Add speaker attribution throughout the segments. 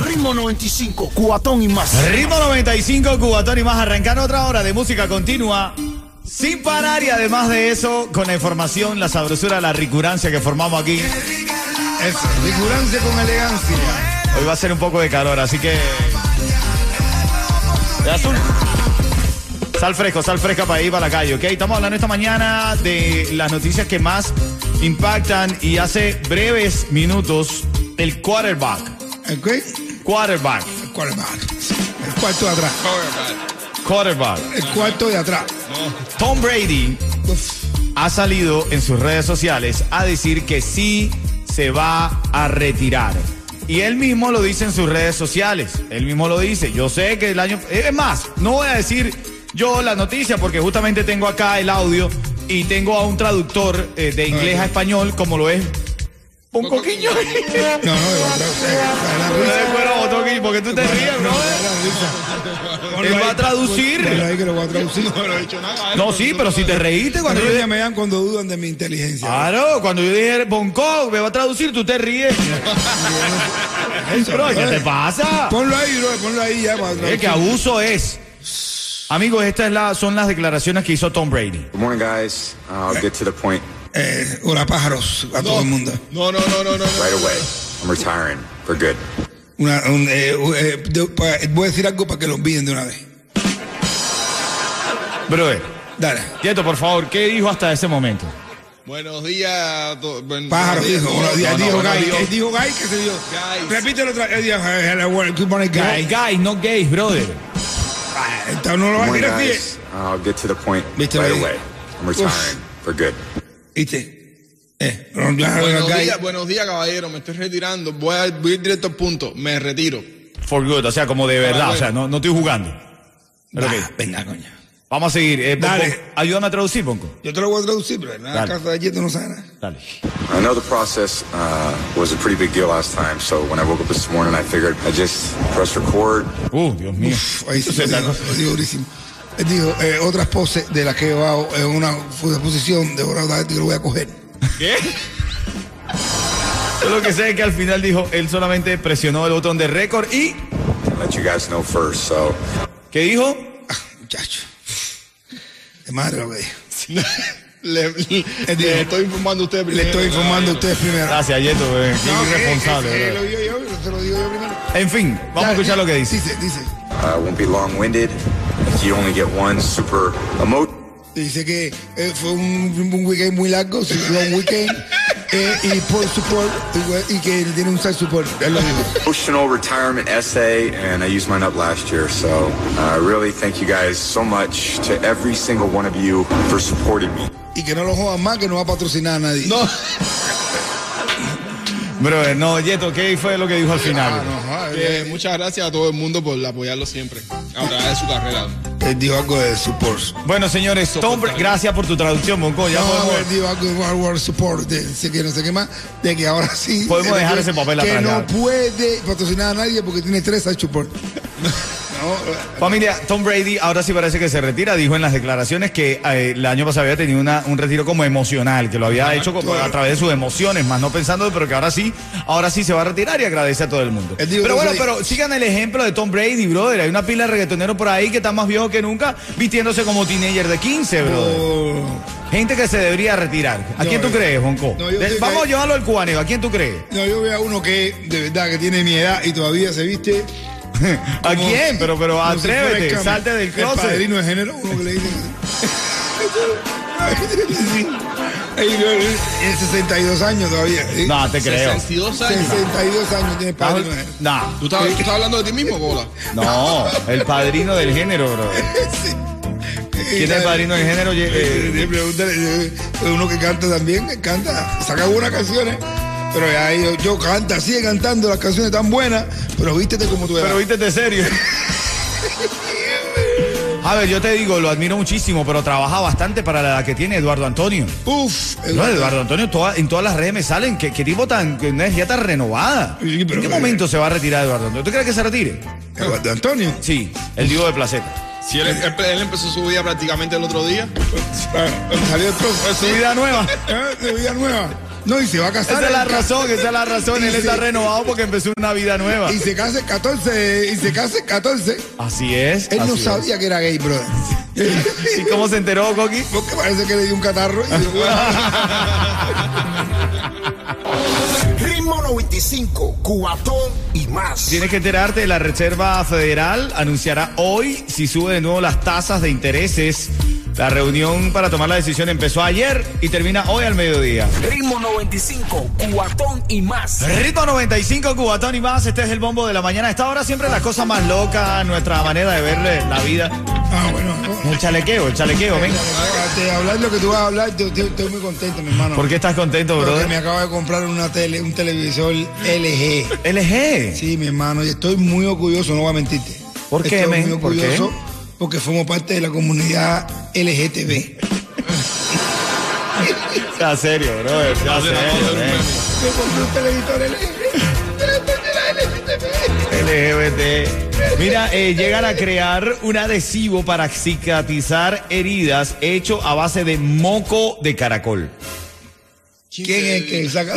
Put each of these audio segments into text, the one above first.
Speaker 1: Ritmo 95, cuatón y más.
Speaker 2: Ritmo 95, Cubatón y más. Arrancar otra hora de música continua. Sin parar y además de eso, con la información, la sabrosura, la ricurancia que formamos aquí.
Speaker 3: Eso, ricurancia con elegancia.
Speaker 2: Hoy va a ser un poco de calor, así que... De azul. Sal fresco, sal fresca para ir para la calle, ¿ok? Estamos hablando esta mañana de las noticias que más impactan y hace breves minutos el quarterback.
Speaker 3: ¿El qué?
Speaker 2: Quarterback.
Speaker 3: El quarterback. El cuarto de atrás.
Speaker 2: Quarterback.
Speaker 3: El cuarto de atrás.
Speaker 2: Tom Brady ha salido en sus redes sociales a decir que sí se va a retirar. Y él mismo lo dice en sus redes sociales. Él mismo lo dice. Yo sé que el año... Es más, no voy a decir yo la noticia porque justamente tengo acá el audio y tengo a un traductor eh, de inglés a español como lo es... Un coquiño.
Speaker 3: No, no, de verdad. o sea, la
Speaker 2: Yo
Speaker 3: risa.
Speaker 2: de cuero, otro aquí, ¿por qué tú te ríes,
Speaker 3: No,
Speaker 2: bro?
Speaker 3: la risa. Ponlo
Speaker 2: Él va
Speaker 3: ahí,
Speaker 2: a traducir.
Speaker 3: ponlo ahí que lo voy a traducir.
Speaker 2: No, sí, pero si te reíste cuando yo
Speaker 3: Cuando ya
Speaker 2: dije.
Speaker 3: me dan cuando dudan de mi inteligencia.
Speaker 2: Claro, cuando yo dije Bonco, me va a traducir, tú te ríes.
Speaker 3: Eso,
Speaker 2: Ah, Bro, ¿qué
Speaker 3: bro.
Speaker 2: te pasa?
Speaker 3: Ponlo ahí, bro, ponlo ahí ya para
Speaker 2: Eh,
Speaker 3: traducir.
Speaker 2: que abuso es. Amigos, estas es la- son las declaraciones que hizo Tom Brady.
Speaker 4: Good morning, guys. I'll get to the point
Speaker 3: Eh, hola pájaros a todo el mundo.
Speaker 1: No, no, no, no, no.
Speaker 4: right away. I'm retiring for good.
Speaker 3: Una- un, eh, u- eh, de- pa- voy a decir algo para que lo olviden de una vez.
Speaker 2: Brother,
Speaker 3: Dale.
Speaker 2: Tieto, por favor, ¿qué dijo hasta ese momento?
Speaker 1: Buenos días. to- buen-
Speaker 3: Pájaros
Speaker 1: buenos días,
Speaker 3: dijo,
Speaker 1: no,
Speaker 3: hola,
Speaker 1: no,
Speaker 3: dijo, dijo Guy,
Speaker 1: no, buenos días.
Speaker 3: eh, dijo Guy que se dio.
Speaker 1: Guys.
Speaker 3: Repítelo otra vez, eh, dijo, hello, world, good morning, Guy.
Speaker 2: Guy, no gays, brother.
Speaker 3: Ah, Entonces no lo
Speaker 4: Good
Speaker 3: va a
Speaker 4: morning,
Speaker 3: tirar así. eh.
Speaker 4: guys. I'll get to the point
Speaker 3: Mr.
Speaker 4: right
Speaker 3: Lee.
Speaker 4: away. I'm retiring for good.
Speaker 3: ¿Viste? Eh, pero no, no,
Speaker 1: Buenos
Speaker 3: Guy.
Speaker 1: días, buenos días, caballero. Me estoy retirando. Voy a ir directo al punto. Me retiro.
Speaker 2: For good, o sea, como de verdad, o sea, no, no estoy jugando. Pero
Speaker 3: Bah,
Speaker 2: ok,
Speaker 3: Venga, coño.
Speaker 2: vamos a seguir. Eh, Bonco,
Speaker 3: Dale.
Speaker 2: ayúdame a traducir, Bonco.
Speaker 3: Yo te lo voy a traducir, pero en la
Speaker 2: Dale.
Speaker 3: casa de ayer tú no sabes nada.
Speaker 2: Dale.
Speaker 4: I know the process uh, was a pretty big deal last time, so when I woke up this morning, I figured I just press record.
Speaker 2: Uh, Dios mío.
Speaker 3: Uf, ahí sí, lo digo, lo digo durísimo. Él dijo, eh, otras poses de las que he llevado en una fu- posición de hora otra vez que lo voy a coger.
Speaker 2: ¿Qué? Yo lo que sé es que al final dijo, él solamente presionó el botón de récord y.
Speaker 4: Let you guys know first. So
Speaker 2: ¿Qué dijo?
Speaker 3: Ah, muchacho. De madre lo que dijo.
Speaker 1: Le, le- le estoy informando a usted
Speaker 3: Le
Speaker 1: primero.
Speaker 3: estoy informando a ustedes primero.
Speaker 2: Gracias, Yeto, eh, qué
Speaker 3: No, que-
Speaker 2: irresponsable.
Speaker 3: que- que
Speaker 2: bro.
Speaker 3: lo digo yo, se lo digo yo primero.
Speaker 2: En fin, vamos a
Speaker 3: Dale,
Speaker 2: escuchar lo que dice.
Speaker 3: Dice, dice,
Speaker 4: I uh, won't be long-winded. You only get one super emote.
Speaker 3: dice que eh, fue un, un weekend muy largo, sí, long weekend, eh, y por support, y, y que tiene un side support. Él lo dijo.
Speaker 4: emotional retirement essay, and I used mine up last year. So uh, I really thank you guys so much to every single one of you for supporting me.
Speaker 3: Y que no lo jodan más, que no va a patrocinar a nadie.
Speaker 1: No,
Speaker 2: Bro, eh, no, Yeto, ¿qué fue lo que dijo al final?
Speaker 3: Ah, no, joder,
Speaker 1: que Eh, muchas gracias a todo el mundo por apoyarlo siempre. Ahora es su carrera.
Speaker 3: Él dijo algo de support.
Speaker 2: Bueno, señores, Tom, Bra- gracias por tu traducción, Monco. Ya
Speaker 3: No,
Speaker 2: podemos-
Speaker 3: él dijo algo de World War Support, de, sé que no sé qué más, de que ahora sí.
Speaker 2: Podemos
Speaker 3: de
Speaker 2: dejar
Speaker 3: que-
Speaker 2: ese papel
Speaker 3: Que
Speaker 2: atrás,
Speaker 3: no
Speaker 2: ya.
Speaker 3: puede patrocinar a nadie porque tiene tres side support.
Speaker 2: Familia, Tom Brady ahora sí parece que se retira. Dijo en las declaraciones que eh, el año pasado había tenido una- un retiro como emocional, que lo había hecho como a través de sus emociones, más no pensando, pero que ahora sí, ahora sí se va a retirar y agradece a todo el mundo.
Speaker 3: Él dijo,
Speaker 2: pero
Speaker 3: Tom
Speaker 2: bueno,
Speaker 3: Brady-
Speaker 2: pero sigan el ejemplo de Tom Brady, brother. Hay una pila de reggaetoneros por ahí que está más viejo que nunca, vistiéndose como teenager de 15, brother. Oh. Gente que se debería retirar. ¿A
Speaker 3: No,
Speaker 2: quién tú
Speaker 3: yo-
Speaker 2: crees, Jonco?
Speaker 3: no, yo
Speaker 2: De-
Speaker 3: creo que
Speaker 2: Vamos a
Speaker 3: hay-
Speaker 2: llevarlo al cubaneo. ¿A quién tú crees?
Speaker 3: No, yo veo a uno que de verdad que tiene mi edad y todavía se viste.
Speaker 2: ¿A
Speaker 3: como-
Speaker 2: quién? Pero, pero
Speaker 3: como si fuera el
Speaker 2: atrévete,
Speaker 3: Cami.
Speaker 2: salte del
Speaker 3: El
Speaker 2: closet.
Speaker 3: padrino de género, uno que le dice. Sí. Ahí lo- en 62 años todavía. ¿sí?
Speaker 2: No, te creo.
Speaker 1: 62 años.
Speaker 3: 62 años tiene el
Speaker 2: No,
Speaker 3: padrino de género.
Speaker 1: ¿Tú estás, tú estás hablando de ti mismo, Gola?
Speaker 2: no, el padrino del género, bro. ¿Quién es el padrino del género? Ye- eh,
Speaker 3: Eh, pregúntale, eh, uno que canta también, que canta, saca buenas canciones. Pero ya yo, yo canta, sigue cantando las canciones tan buenas, pero vístete como tú eras.
Speaker 2: Pero viste de serio. A ver, yo te digo, lo admiro muchísimo, pero trabaja bastante para la edad que tiene Eduardo Antonio.
Speaker 3: Uf,
Speaker 2: No, Eduardo Antonio, toda- en todas las redes me salen. ¿Qué, qué tipo tan. qué energía tan renovada?
Speaker 3: Sí, pero-
Speaker 2: ¿En qué momento se va a retirar Eduardo Antonio? ¿Tú crees que se retire?
Speaker 3: Eduardo Antonio.
Speaker 2: Sí, el divo de placeta.
Speaker 1: Si él, él- él empezó su vida prácticamente el otro día. Pues,
Speaker 3: Ah, Salió el profe.
Speaker 2: Su vida nueva.
Speaker 3: Ah, De vida nueva. No, y se va a casar.
Speaker 2: Esa es la
Speaker 3: el-
Speaker 2: razón, esa es la razón. Él
Speaker 3: Sí,
Speaker 2: está
Speaker 3: sí.
Speaker 2: renovado porque empezó una vida nueva.
Speaker 3: Y se casa el 14. Y se casa el 14.
Speaker 2: Así es.
Speaker 3: Él
Speaker 2: así
Speaker 3: no
Speaker 2: es.
Speaker 3: sabía que era gay, brother.
Speaker 2: ¿Y cómo se enteró, Coqui?
Speaker 3: Porque parece que le dio un catarro. Y dijo, bueno,
Speaker 5: Ritmo 95, Cubatón y más.
Speaker 2: Tienes que enterarte, la Reserva Federal anunciará hoy si sube de nuevo las tasas de intereses. La reunión para tomar la decisión empezó ayer y termina hoy al mediodía.
Speaker 5: Ritmo 95, Cubatón y más.
Speaker 2: Rito 95, Cubatón y más, este es el bombo de la mañana. A esta hora siempre las cosas más locas, nuestra manera de ver la vida.
Speaker 3: ah, bueno. no.
Speaker 2: El chalequeo, el chalequeo, ven.
Speaker 3: De hablar lo que tú vas a hablar, yo estoy, estoy muy contento, mi hermano.
Speaker 2: ¿Por qué estás contento,
Speaker 3: Porque me
Speaker 2: brother?
Speaker 3: acabo de comprar una tele, un televisor LG.
Speaker 2: LG.
Speaker 3: Sí, mi hermano, y estoy muy orgulloso, no voy a mentirte.
Speaker 2: ¿Por qué,
Speaker 3: estoy
Speaker 2: men?
Speaker 3: muy
Speaker 2: ¿Por qué?
Speaker 3: orgulloso porque fuimos parte de la comunidad LGTB.
Speaker 2: Sea serio, brother, sea serio, ven.
Speaker 3: Me compré un televisor LGTB.
Speaker 2: LGBT. Mira, eh, llegan a crear un adhesivo para cicatrizar heridas hecho a base de moco de caracol.
Speaker 3: ¿Quién es que saca?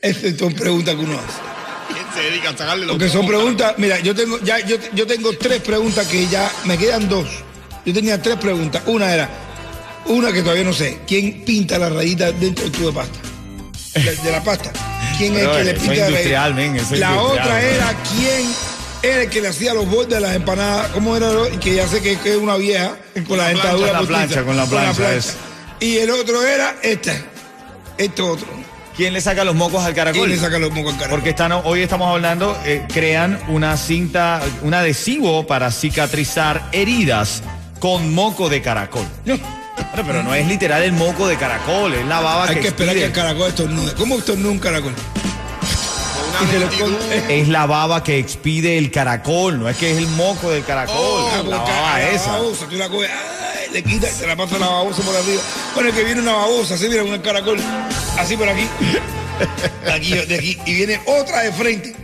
Speaker 3: Estas son preguntas que uno hace.
Speaker 1: ¿Quién se dedica a sacarle los
Speaker 3: Porque son
Speaker 1: mocos?
Speaker 3: preguntas, mira, yo tengo ya yo, yo tengo tres preguntas que ya me quedan dos. Yo tenía tres preguntas. Una era una que todavía no sé, ¿quién pinta la rayita dentro del tubo de pasta? De, de la pasta. ¿Quién es el
Speaker 2: Brother,
Speaker 3: que le
Speaker 2: eso es
Speaker 3: pinta la rayita?
Speaker 2: industrial, men, eso es
Speaker 3: la
Speaker 2: industrial,
Speaker 3: otra
Speaker 2: brother.
Speaker 3: era quién era el que le hacía los bordes de las empanadas, ¿cómo era? lo- Que ya sé que que es una vieja con la
Speaker 2: la plancha,
Speaker 3: dentadura
Speaker 2: la
Speaker 3: postiza.
Speaker 2: plancha, con la plancha, eso.
Speaker 3: Y el otro era esta. Esto otro.
Speaker 2: ¿Quién le saca los mocos al
Speaker 3: ¿Quién
Speaker 2: caracol?
Speaker 3: le saca los mocos al carajo?
Speaker 2: Porque están, hoy estamos hablando, eh, crean una cinta, un adhesivo para cicatrizar heridas con moco de caracol. Bueno, pero no es literal el moco de caracol, es la baba
Speaker 3: Hay
Speaker 2: que,
Speaker 3: que esperar que el
Speaker 2: expide.
Speaker 3: caracol estornude. ¿Cómo estornuda un caracol?
Speaker 1: Una
Speaker 3: Y te lo
Speaker 1: multitud.
Speaker 3: con-
Speaker 2: Es la baba que expide el caracol, no es que es el moco del caracol,
Speaker 3: Ah,
Speaker 2: Oh, la
Speaker 3: porque
Speaker 2: baba
Speaker 3: a la
Speaker 2: esa.
Speaker 3: babosa, tú la coges, ay, le quitas y se la pasa la babosa por arriba. Bueno, es que viene una babosa, así mira, con el caracol, así por aquí, de aquí, de aquí, y viene otra de frente,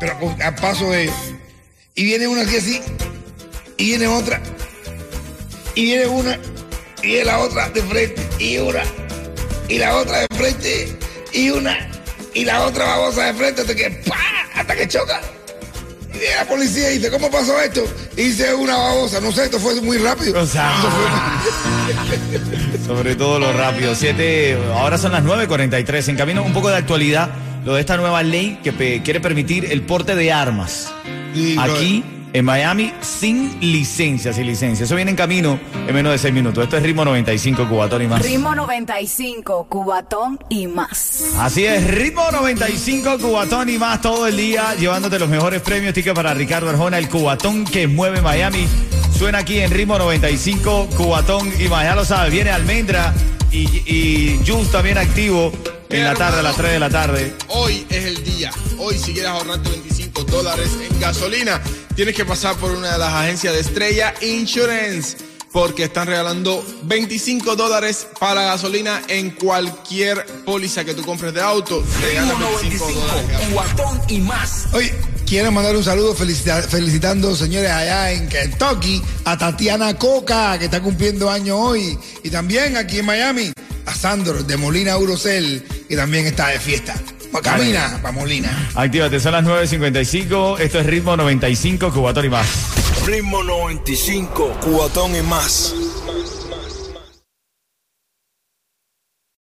Speaker 3: pero con- al paso de ellos. Y viene una aquí así, y viene otra, y viene una, y viene la otra de frente, y una, y la otra de frente, y una, y la otra babosa de frente, hasta que ¡pa! hasta que choca. Y viene la policía y dice, ¿cómo pasó esto? Y dice una babosa, no sé, esto fue muy rápido.
Speaker 2: O sea, sobre todo lo rápido. Siete, ahora son las 9.43. En camino un poco de actualidad, lo de esta nueva ley que pe- quiere permitir el porte de armas
Speaker 3: Sí, brother.
Speaker 2: aquí en Miami sin licencia, sin licencia. Eso viene en camino en menos de seis minutos. Esto es Ritmo 95, Cubatón y más.
Speaker 6: Ritmo 95, Cubatón y más.
Speaker 2: Así es, Ritmo 95, Cubatón y más todo el día, llevándote los mejores premios. Ticket para Ricardo Arjona, el Cubatón que mueve Miami. Suena aquí en Ritmo 95, Cubatón y más. Ya lo sabes, viene Almendra y, y Juice también activo en la tarde, a las 3 de la tarde.
Speaker 1: Hoy es el día. Hoy, si quieres ahorrarte 25 dólares en gasolina, tienes que pasar por una de las agencias de Estrella Insurance. Porque están regalando 25 dólares para gasolina en cualquier póliza que tú compres de auto. Regalan
Speaker 5: Ritmo
Speaker 1: 25
Speaker 5: 95,
Speaker 1: dólares.
Speaker 5: Cubatón y más.
Speaker 3: Oye, ¿qui- Quiero mandar un saludo felicita- felicitando, señores, allá en Kentucky a Tatiana Coca, que está cumpliendo año hoy. Y también aquí en Miami a Sandro de Molina Urocel, que también está de fiesta. Pa- Camina para Molina.
Speaker 2: Actívate, son las 9.55. Esto es ritmo 95, Cubatón y más.
Speaker 5: Ritmo 95, Cubatón y más.